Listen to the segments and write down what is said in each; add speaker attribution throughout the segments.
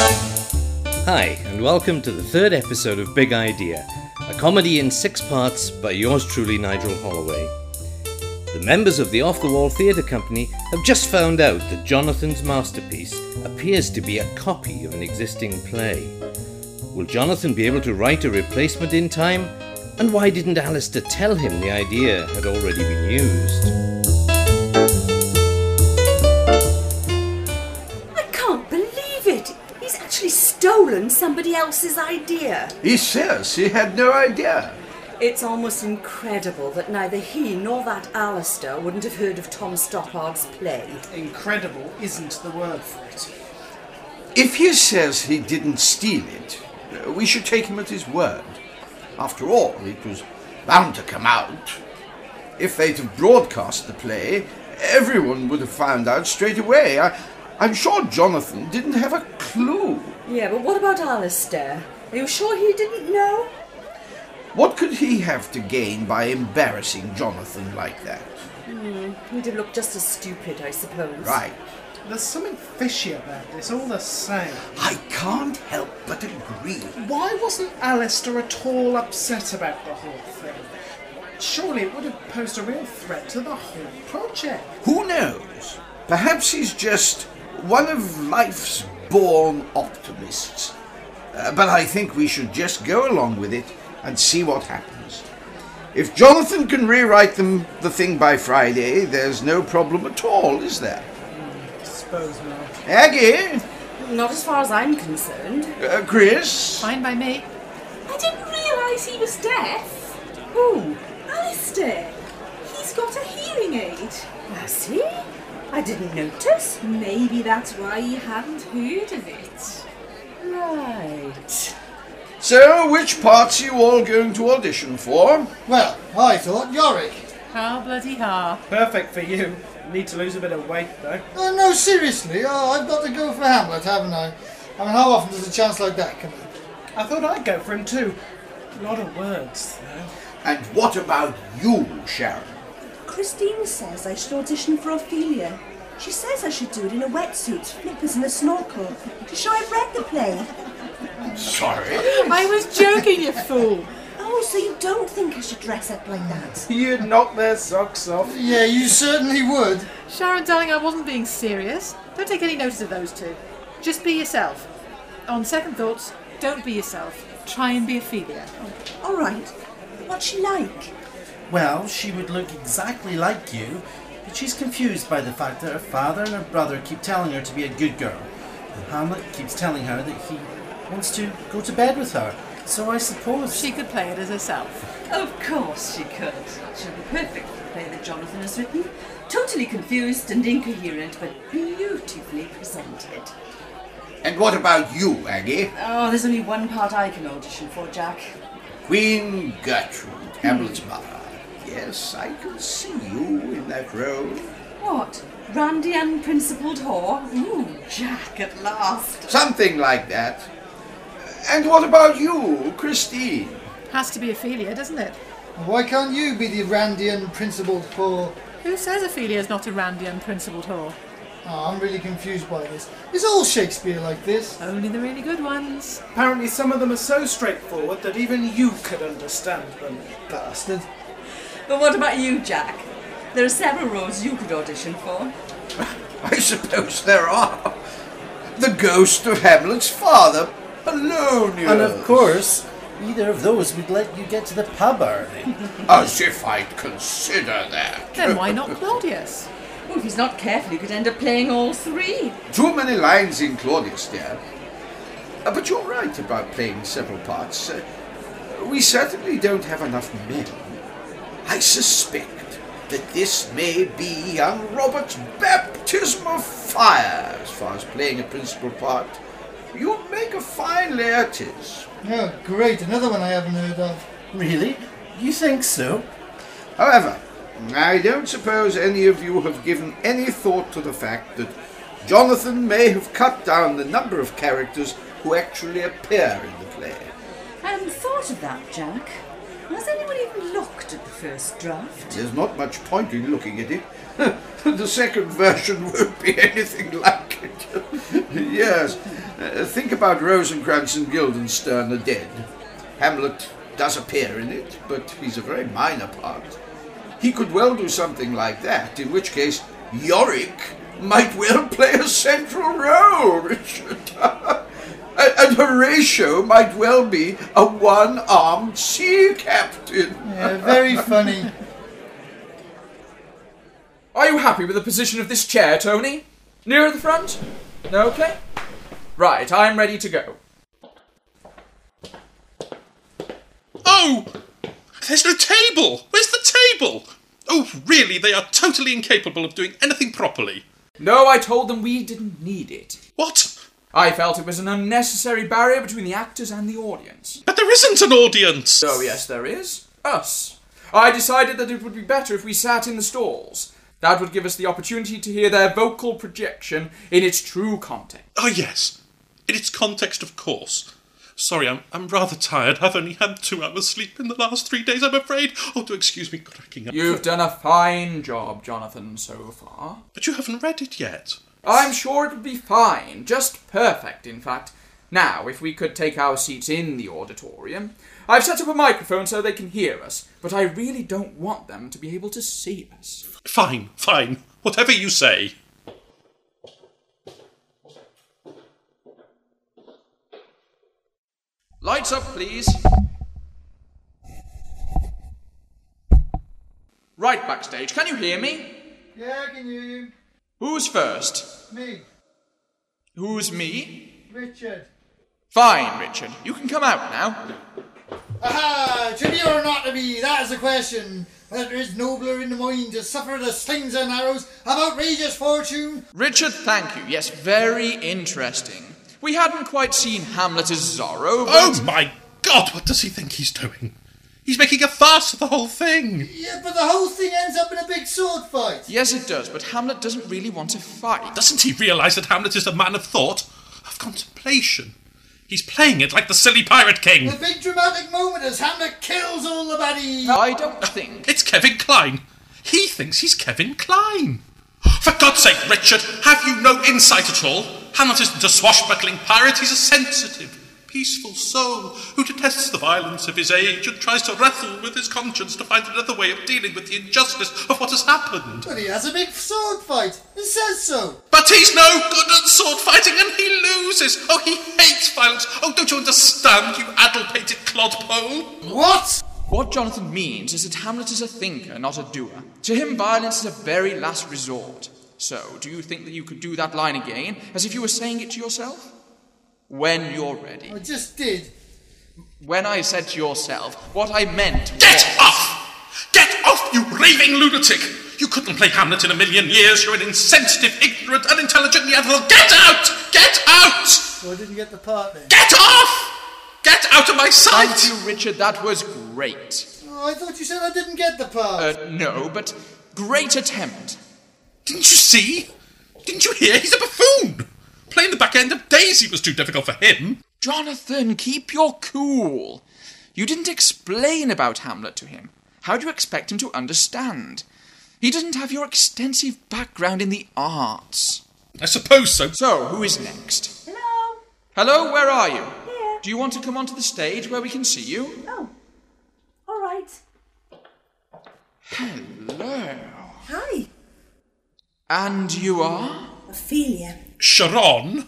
Speaker 1: Hi, and welcome to the third episode of Big Idea, a comedy in six parts by yours truly, Nigel Holloway. The members of the Off the Wall Theatre Company have just found out that Jonathan's masterpiece appears to be a copy of an existing play. Will Jonathan be able to write a replacement in time? And why didn't Alistair tell him the idea had already been used?
Speaker 2: I can't believe it. He's actually stolen somebody else's idea.
Speaker 3: He says he had no idea.
Speaker 2: It's almost incredible that neither he nor that Alistair wouldn't have heard of Tom Stoppard's play.
Speaker 4: Incredible isn't the word for it.
Speaker 3: If he says he didn't steal it, uh, we should take him at his word. After all, it was bound to come out. If they'd have broadcast the play, everyone would have found out straight away. I, I'm sure Jonathan didn't have a clue.
Speaker 2: Yeah, but what about Alistair? Are you sure he didn't know?
Speaker 3: What could he have to gain by embarrassing Jonathan like that?
Speaker 2: He'd have looked just as stupid, I suppose.
Speaker 3: Right.
Speaker 4: There's something fishy about this, all the same.
Speaker 3: I can't help but agree.
Speaker 4: Why wasn't Alistair at all upset about the whole thing? Surely it would have posed a real threat to the whole project.
Speaker 3: Who knows? Perhaps he's just one of life's born optimists. Uh, but I think we should just go along with it and see what happens. If Jonathan can rewrite them the thing by Friday, there's no problem at all, is there?
Speaker 4: I suppose not.
Speaker 3: Aggie,
Speaker 2: Not as far as I'm concerned.
Speaker 3: uh, Chris,
Speaker 5: Fine by me.
Speaker 6: I didn't realise he was deaf.
Speaker 2: Who?
Speaker 6: Alistair, he's got a hearing aid.
Speaker 2: Has he? I didn't notice.
Speaker 6: Maybe that's why you haven't heard of it.
Speaker 2: Right.
Speaker 3: so which parts are you all going to audition for?
Speaker 7: Well, I thought Yorick.
Speaker 5: How bloody ha.
Speaker 4: Perfect for you. Need to lose a bit of weight, though.
Speaker 7: Oh, no, seriously, oh, I've got to go for Hamlet, haven't I? I mean, how often does a chance like that come up?
Speaker 4: I thought I'd go for him, too. A lot of words, though.
Speaker 3: And what about you, Sharon?
Speaker 8: Christine says I should audition for Ophelia. She says I should do it in a wetsuit, flippers, and a snorkel to show I've read the play.
Speaker 3: Sorry.
Speaker 5: I was joking, you fool.
Speaker 8: Oh, so you don't think I should dress up like that?
Speaker 4: You'd knock their socks off.
Speaker 7: Yeah, you certainly would.
Speaker 5: Sharon, darling, I wasn't being serious. Don't take any notice of those two. Just be yourself. On second thoughts, don't be yourself. Try and be Ophelia.
Speaker 8: All right. What's she like?
Speaker 9: Well, she would look exactly like you, but she's confused by the fact that her father and her brother keep telling her to be a good girl, and Hamlet keeps telling her that he wants to go to bed with her. So I suppose
Speaker 5: She could play it as herself.
Speaker 2: Of course she could. She'll be perfect for the play that Jonathan has written. Totally confused and incoherent, but beautifully presented.
Speaker 3: And what about you, Aggie?
Speaker 2: Oh, there's only one part I can audition for, Jack.
Speaker 3: Queen Gertrude, Hamlet's mother. Yes, I can see you in that role.
Speaker 2: What? Randy unprincipled whore? Ooh, Jack at last.
Speaker 3: Something like that. And what about you, Christine?
Speaker 5: Has to be Ophelia, doesn't it?
Speaker 7: Why can't you be the Randian principled for?
Speaker 5: Who says Ophelia's not a randy, unprincipled whore?
Speaker 7: Oh, I'm really confused by this. Is all Shakespeare like this?
Speaker 5: Only the really good ones.
Speaker 4: Apparently, some of them are so straightforward that even you could understand them.
Speaker 7: Bastard.
Speaker 2: But what about you, Jack? There are several roles you could audition for.
Speaker 3: I suppose there are. The ghost of Hamlet's father, Polonius.
Speaker 9: And of course, either of those would let you get to the pub early.
Speaker 3: As if I'd consider that.
Speaker 5: Then why not Claudius?
Speaker 2: Oh, if he's not careful, he could end up playing all three.
Speaker 3: Too many lines in Claudius, dear. Uh, but you're right about playing several parts. Uh, we certainly don't have enough men. I suspect that this may be young Robert's baptism of fire as far as playing a principal part. You make a fine Laertes.
Speaker 7: Oh, great, another one I haven't heard of.
Speaker 9: Really? You think so?
Speaker 3: However, I don't suppose any of you have given any thought to the fact that Jonathan may have cut down the number of characters who actually appear in the play.
Speaker 2: I hadn't thought of that, Jack. I Has anyone even looked at the first draft?
Speaker 10: There's not much point in looking at it. the second version won't be anything like it. yes, uh, think about Rosencrantz and Guildenstern are dead. Hamlet does appear in it, but he's a very minor part. He could well do something like that, in which case Yorick might well play a central role, Richard. And and Horatio might well be a one armed sea captain.
Speaker 7: Yeah, very funny.
Speaker 3: Are you happy with the position of this chair, Tony? Nearer the front? No, okay. Right, I'm ready to go.
Speaker 11: Oh! There's no table! Where's the table? Oh, really, they are totally incapable of doing anything properly.
Speaker 3: No, I told them we didn't need it.
Speaker 11: What?
Speaker 3: I felt it was an unnecessary barrier between the actors and the audience.
Speaker 11: But there isn't an audience!
Speaker 3: Oh, yes, there is. Us. I decided that it would be better if we sat in the stalls. That would give us the opportunity to hear their vocal projection in its true context.
Speaker 11: Oh, yes. In its context, of course. Sorry, I'm, I'm rather tired. I've only had two hours' sleep in the last three days, I'm afraid. Oh, do excuse me cracking up.
Speaker 3: You've done a fine job, Jonathan, so far.
Speaker 11: But you haven't read it yet.
Speaker 3: I'm sure it'll be fine. Just perfect, in fact. Now, if we could take our seats in the auditorium. I've set up a microphone so they can hear us, but I really don't want them to be able to see us.
Speaker 11: Fine, fine. Whatever you say.
Speaker 3: Lights up, please. Right backstage, can you hear me?
Speaker 7: Yeah, I can hear you.
Speaker 3: Who's first?
Speaker 7: Me,
Speaker 3: Who's me?
Speaker 7: Richard.
Speaker 3: Fine, Richard. You can come out now.
Speaker 7: Aha! To be or not to be, that is the question. Whether it is nobler in the mind to suffer the slings and arrows of outrageous fortune?
Speaker 3: Richard, thank you. Yes, very interesting. We hadn't quite seen Hamlet as Zorro, but.
Speaker 11: Oh my god, what does he think he's doing? He's making a farce of the whole thing!
Speaker 7: Yeah, but the whole thing ends up in a big sword fight.
Speaker 3: Yes, it does, but Hamlet doesn't really want to fight.
Speaker 11: Doesn't he realise that Hamlet is a man of thought, of contemplation? He's playing it like the silly Pirate King!
Speaker 7: The big dramatic moment as Hamlet kills all the baddies.
Speaker 3: I don't think.
Speaker 11: It's Kevin Klein! He thinks he's Kevin Klein! For God's sake, Richard, have you no insight at all? Hamlet isn't a swashbuckling pirate, he's a sensitive, peaceful soul who detests the violence of his age and tries to wrestle with his conscience to find another way of dealing with the injustice of what has happened.
Speaker 7: But he has a big sword fight. It says so.
Speaker 11: But he's no good at sword fighting and he loses. Oh, he hates violence. Oh, don't you understand, you addle-pated clodpole?
Speaker 7: What?
Speaker 3: What Jonathan means is that Hamlet is a thinker, not a doer. To him, violence is a very last resort. So, do you think that you could do that line again, as if you were saying it to yourself? When you're ready.
Speaker 7: I just did.
Speaker 3: When I said to yourself, what I meant
Speaker 11: Get
Speaker 3: was-
Speaker 11: off! Get off, you raving lunatic! You couldn't play Hamlet in a million years. You're an insensitive, ignorant, unintelligent Neanderthal. Get out! Get out!
Speaker 7: So I didn't get the part then.
Speaker 11: Get off! Get out of my
Speaker 3: Thank
Speaker 11: sight!
Speaker 3: you, Richard, that was great.
Speaker 7: Oh, I thought you said I didn't get the part.
Speaker 3: Uh, no, but great attempt.
Speaker 11: Didn't you see? Didn't you hear? He's a buffoon! Playing the back end of Daisy was too difficult for him.
Speaker 3: Jonathan, keep your cool. You didn't explain about Hamlet to him. How do you expect him to understand? He doesn't have your extensive background in the arts.
Speaker 11: I suppose so.
Speaker 3: So, who is next?
Speaker 8: Hello?
Speaker 3: Hello, where are you?
Speaker 8: Here.
Speaker 3: Do you want to come onto the stage where we can see you?
Speaker 8: Oh. All right.
Speaker 3: Hello.
Speaker 8: Hi.
Speaker 3: And you are?
Speaker 8: Ophelia.
Speaker 11: Sharon.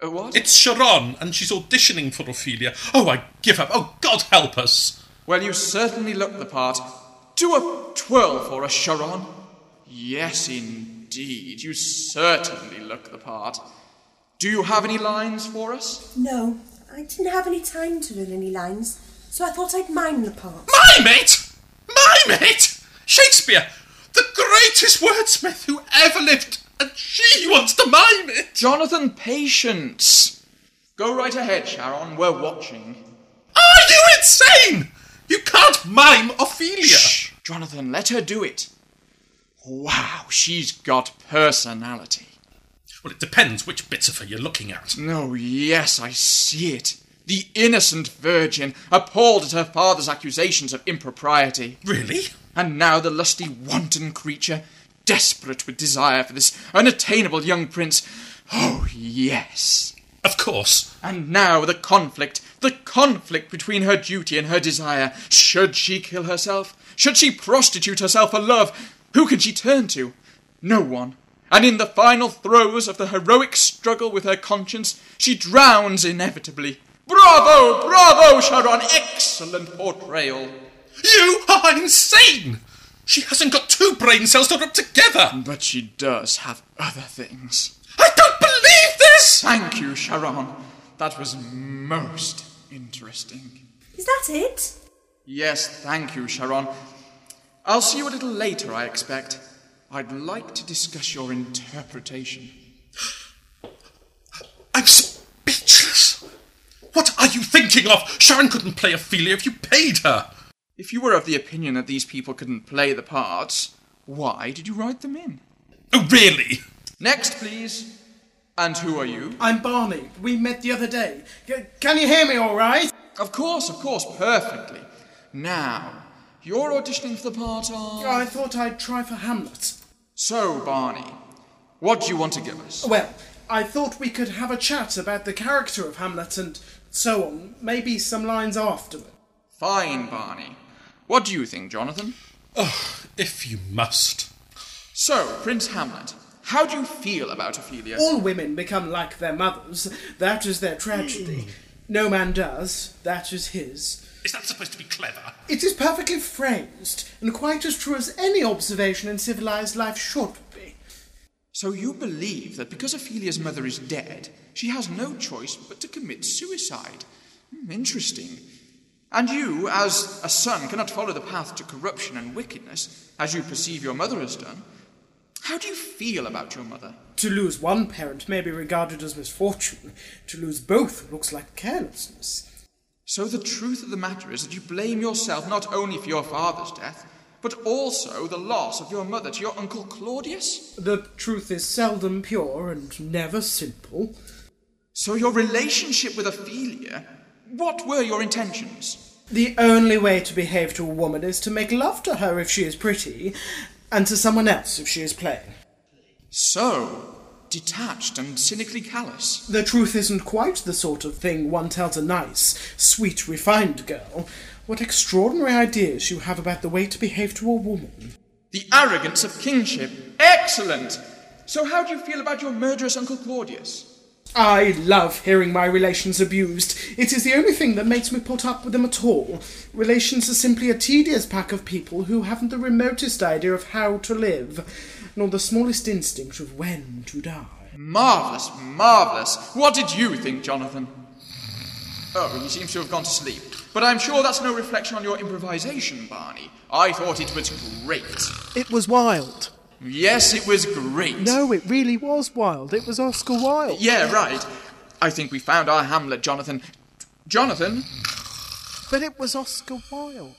Speaker 3: A Uh, what?
Speaker 11: It's Sharon, and she's auditioning for Ophelia. Oh, I give up. Oh, God help us.
Speaker 3: Well, you certainly look the part. Do a twirl for us, Sharon. Yes, indeed. You certainly look the part. Do you have any lines for us?
Speaker 8: No, I didn't have any time to learn any lines, so I thought I'd mime the part.
Speaker 11: My mate! My mate! Shakespeare, the greatest wordsmith who ever lived, and she wants to mime it!
Speaker 3: Jonathan, patience! Go right ahead, Sharon. We're watching.
Speaker 11: Are you insane? You can't mime Ophelia!
Speaker 3: Shh! Jonathan, let her do it. Wow, she's got personality.
Speaker 11: Well, it depends which bits of her you're looking at.
Speaker 3: No, yes, I see it. The innocent virgin, appalled at her father's accusations of impropriety.
Speaker 11: Really?
Speaker 3: And now the lusty, wanton creature, desperate with desire for this unattainable young prince. Oh, yes.
Speaker 11: Of course.
Speaker 3: And now the conflict, the conflict between her duty and her desire. Should she kill herself? Should she prostitute herself for love? Who can she turn to? No one. And in the final throes of the heroic struggle with her conscience, she drowns inevitably. Bravo, bravo, Sharon! Excellent portrayal.
Speaker 11: You are insane! She hasn't got two brain cells to rub together!
Speaker 3: But she does have other things.
Speaker 11: I don't believe this!
Speaker 3: Thank you, Sharon. That was most interesting.
Speaker 8: Is that it?
Speaker 3: Yes, thank you, Sharon. I'll see you a little later, I expect. I'd like to discuss your interpretation.
Speaker 11: I'm speechless. What are you thinking of? Sharon couldn't play Ophelia if you paid her.
Speaker 3: If you were of the opinion that these people couldn't play the parts, why did you write them in?
Speaker 11: Oh, really?
Speaker 3: Next, please. And who are you?
Speaker 4: I'm Barney. We met the other day. C- can you hear me all right?
Speaker 3: Of course, of course, perfectly. Now, you're auditioning for the part
Speaker 7: Oh,
Speaker 3: of.
Speaker 4: I thought I'd try for Hamlet.
Speaker 3: So, Barney, what do you want to give us?
Speaker 4: Oh, Well, I thought we could have a chat about the character of Hamlet and so on. Maybe some lines afterward.
Speaker 3: Fine, Barney. What do you think, Jonathan?
Speaker 11: Oh, if you must.
Speaker 3: So, Prince Hamlet, how do you feel about Ophelia?
Speaker 4: All women become like their mothers. That is their tragedy. Mm.
Speaker 7: Hmm.
Speaker 4: No man does. That is his.
Speaker 11: Is that supposed to be clever?
Speaker 4: It is perfectly phrased, and quite as true as any observation in civilized life should be.
Speaker 3: So you believe that because Ophelia's mother is dead, she has no choice but to commit suicide? Hmm, Interesting. And you, as a son, cannot follow the path to corruption and wickedness, as you perceive your mother has done. How do you feel about your mother?
Speaker 4: To lose one parent may be regarded as misfortune. To lose both looks like carelessness.
Speaker 3: So the truth of the matter is that you blame yourself not only for your father's death, but also the loss of your mother to your uncle Claudius?
Speaker 4: The truth is seldom pure and never simple.
Speaker 3: So your relationship with Ophelia, what were your intentions?
Speaker 4: The only way to behave to a woman is to make love to her if she is pretty, and to someone else if she is plain.
Speaker 3: So, detached and cynically callous.
Speaker 4: The truth isn't quite the sort of thing one tells a nice, sweet, refined girl. What extraordinary ideas you have about the way to behave to a woman.
Speaker 3: The arrogance of kingship. Excellent! So, how do you feel about your murderous Uncle Claudius?
Speaker 4: I love hearing my relations abused. It is the only thing that makes me put up with them at all. Relations are simply a tedious pack of people who haven't the remotest idea of how to live, nor the smallest instinct of when to die.
Speaker 3: Marvellous, marvellous. What did you think, Jonathan? Oh, he seems to have gone to sleep. But I'm sure that's no reflection on your improvisation, Barney. I thought it was great.
Speaker 12: It was wild.
Speaker 3: Yes, it was great.
Speaker 12: No, it really was wild. It was Oscar Wilde.
Speaker 3: Yeah, right. I think we found our Hamlet, Jonathan. Jonathan?
Speaker 12: But it was Oscar Wilde.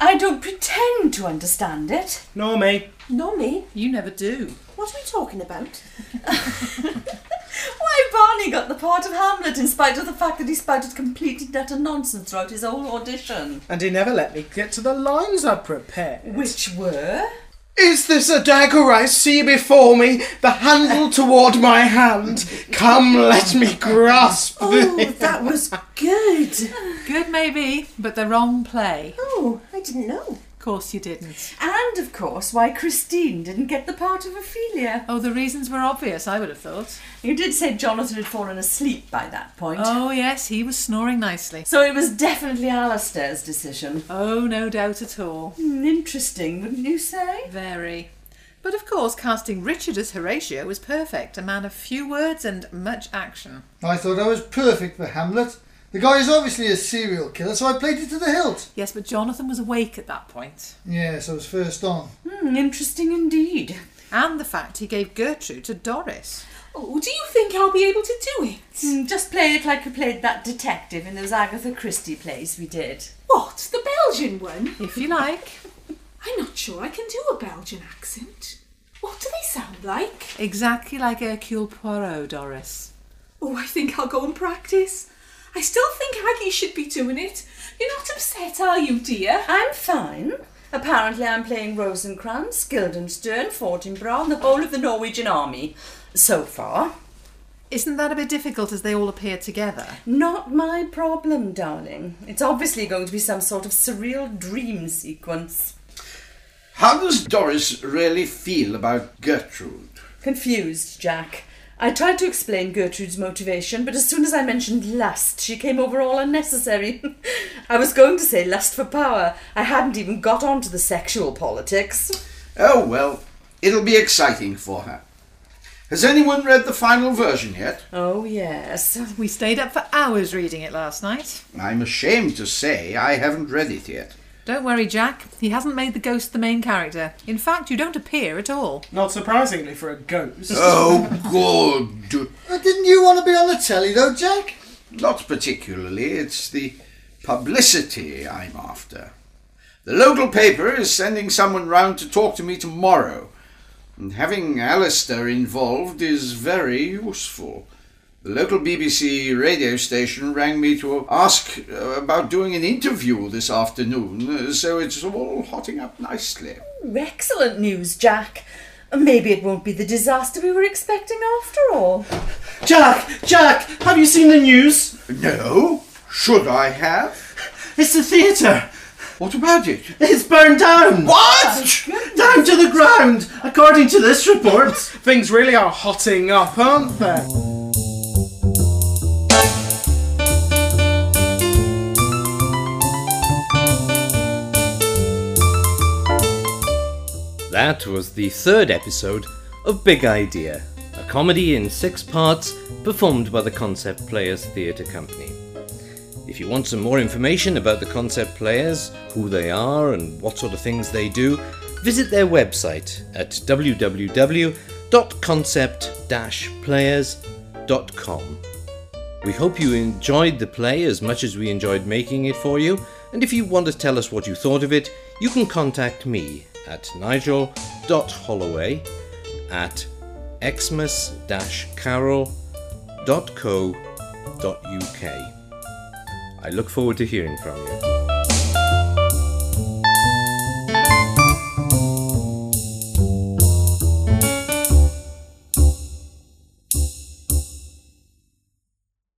Speaker 2: I don't pretend to understand it.
Speaker 4: Nor me.
Speaker 2: Nor me.
Speaker 5: You never do.
Speaker 8: What are we talking about?
Speaker 2: Why Barney got the part of Hamlet in spite of the fact that he spouted complete and utter nonsense throughout his whole audition.
Speaker 4: And he never let me get to the lines I prepared.
Speaker 2: Which were?
Speaker 4: Is this a dagger I see before me, the handle toward my hand? Come, let me grasp
Speaker 8: Oh, that was good.
Speaker 5: Good maybe, but the wrong play.
Speaker 8: Oh, I didn't know.
Speaker 5: Of course you didn't.
Speaker 2: And of course, why Christine didn't get the part of Ophelia.
Speaker 5: Oh, the reasons were obvious, I would have thought.
Speaker 2: You did say Jonathan had fallen asleep by that point.
Speaker 5: Oh, yes, he was snoring nicely.
Speaker 2: So it was definitely Alistair's decision. Hmm,
Speaker 5: Oh, no doubt at all.
Speaker 2: Interesting, wouldn't you say?
Speaker 5: Very. But of course, casting Richard as Horatio was perfect, a man of few words and much action.
Speaker 7: I thought I was perfect for Hamlet. The guy is obviously a serial killer, so I played it to the hilt.
Speaker 5: Yes, but Jonathan was awake at that point.
Speaker 7: Yes, I was first on.
Speaker 2: Hmm, interesting indeed.
Speaker 5: And the fact he gave Gertrude to Doris.
Speaker 6: Oh, do you think I'll be able to do it?
Speaker 2: Mm, just play it like you played that detective in those Agatha Christie plays we did.
Speaker 6: What, the Belgian one?
Speaker 5: If you like.
Speaker 6: I'm not sure I can do a Belgian accent. What
Speaker 8: What do they sound like?
Speaker 5: Exactly like Hercule Poirot, Doris.
Speaker 8: Oh, I think I'll go and practice. I still think Aggie should be doing it. You're not upset, are you, dear?
Speaker 2: I'm fine. Apparently, I'm playing Rosencrantz, Guildenstern, Fortinbras, and the whole of the Norwegian army. So far.
Speaker 5: Isn't that a bit difficult as they all appear together?
Speaker 2: Not my problem, darling. It's obviously going to be some sort of surreal dream sequence.
Speaker 7: How does Doris really feel about Gertrude?
Speaker 2: Confused, Jack. I tried to explain Gertrude's motivation, but as soon as I mentioned lust, she came over all unnecessary. I was going to say lust for power. I hadn't even got on to the sexual politics.
Speaker 7: Oh well, it'll be exciting for her. Has anyone read the final version yet?
Speaker 2: Oh, yes.
Speaker 5: We stayed up for hours reading it last night.
Speaker 7: I'm ashamed to say I haven't read it yet.
Speaker 5: Don't worry, Jack. He hasn't made the ghost the main character. In fact, you don't appear at all.
Speaker 13: Not surprisingly for a ghost.
Speaker 7: Oh, good.
Speaker 14: Didn't you want to be on the telly though, Jack?
Speaker 7: Not particularly. It's the publicity I'm after. The local paper is sending someone round to talk to me tomorrow. And having Alistair involved is very useful. The local BBC radio station rang me to ask uh, about doing an interview this afternoon, uh, so it's all hotting up nicely.
Speaker 2: Excellent news, Jack. Maybe it won't be the disaster we were expecting after all.
Speaker 4: Jack, Jack, have you seen the news?
Speaker 7: No. Should I have?
Speaker 4: It's the theatre.
Speaker 7: What about it?
Speaker 4: It's burned down.
Speaker 7: What?
Speaker 4: Down to the ground, according to this report.
Speaker 13: Things really are hotting up, aren't they?
Speaker 1: That was the third episode of Big Idea, a comedy in six parts performed by the Concept Players Theatre Company. If you want some more information about the Concept Players, who they are, and what sort of things they do, visit their website at www.concept players.com. We hope you enjoyed the play as much as we enjoyed making it for you, and if you want to tell us what you thought of it, you can contact me at nigel.holloway at xmas carol.co.uk. I look forward to hearing from you.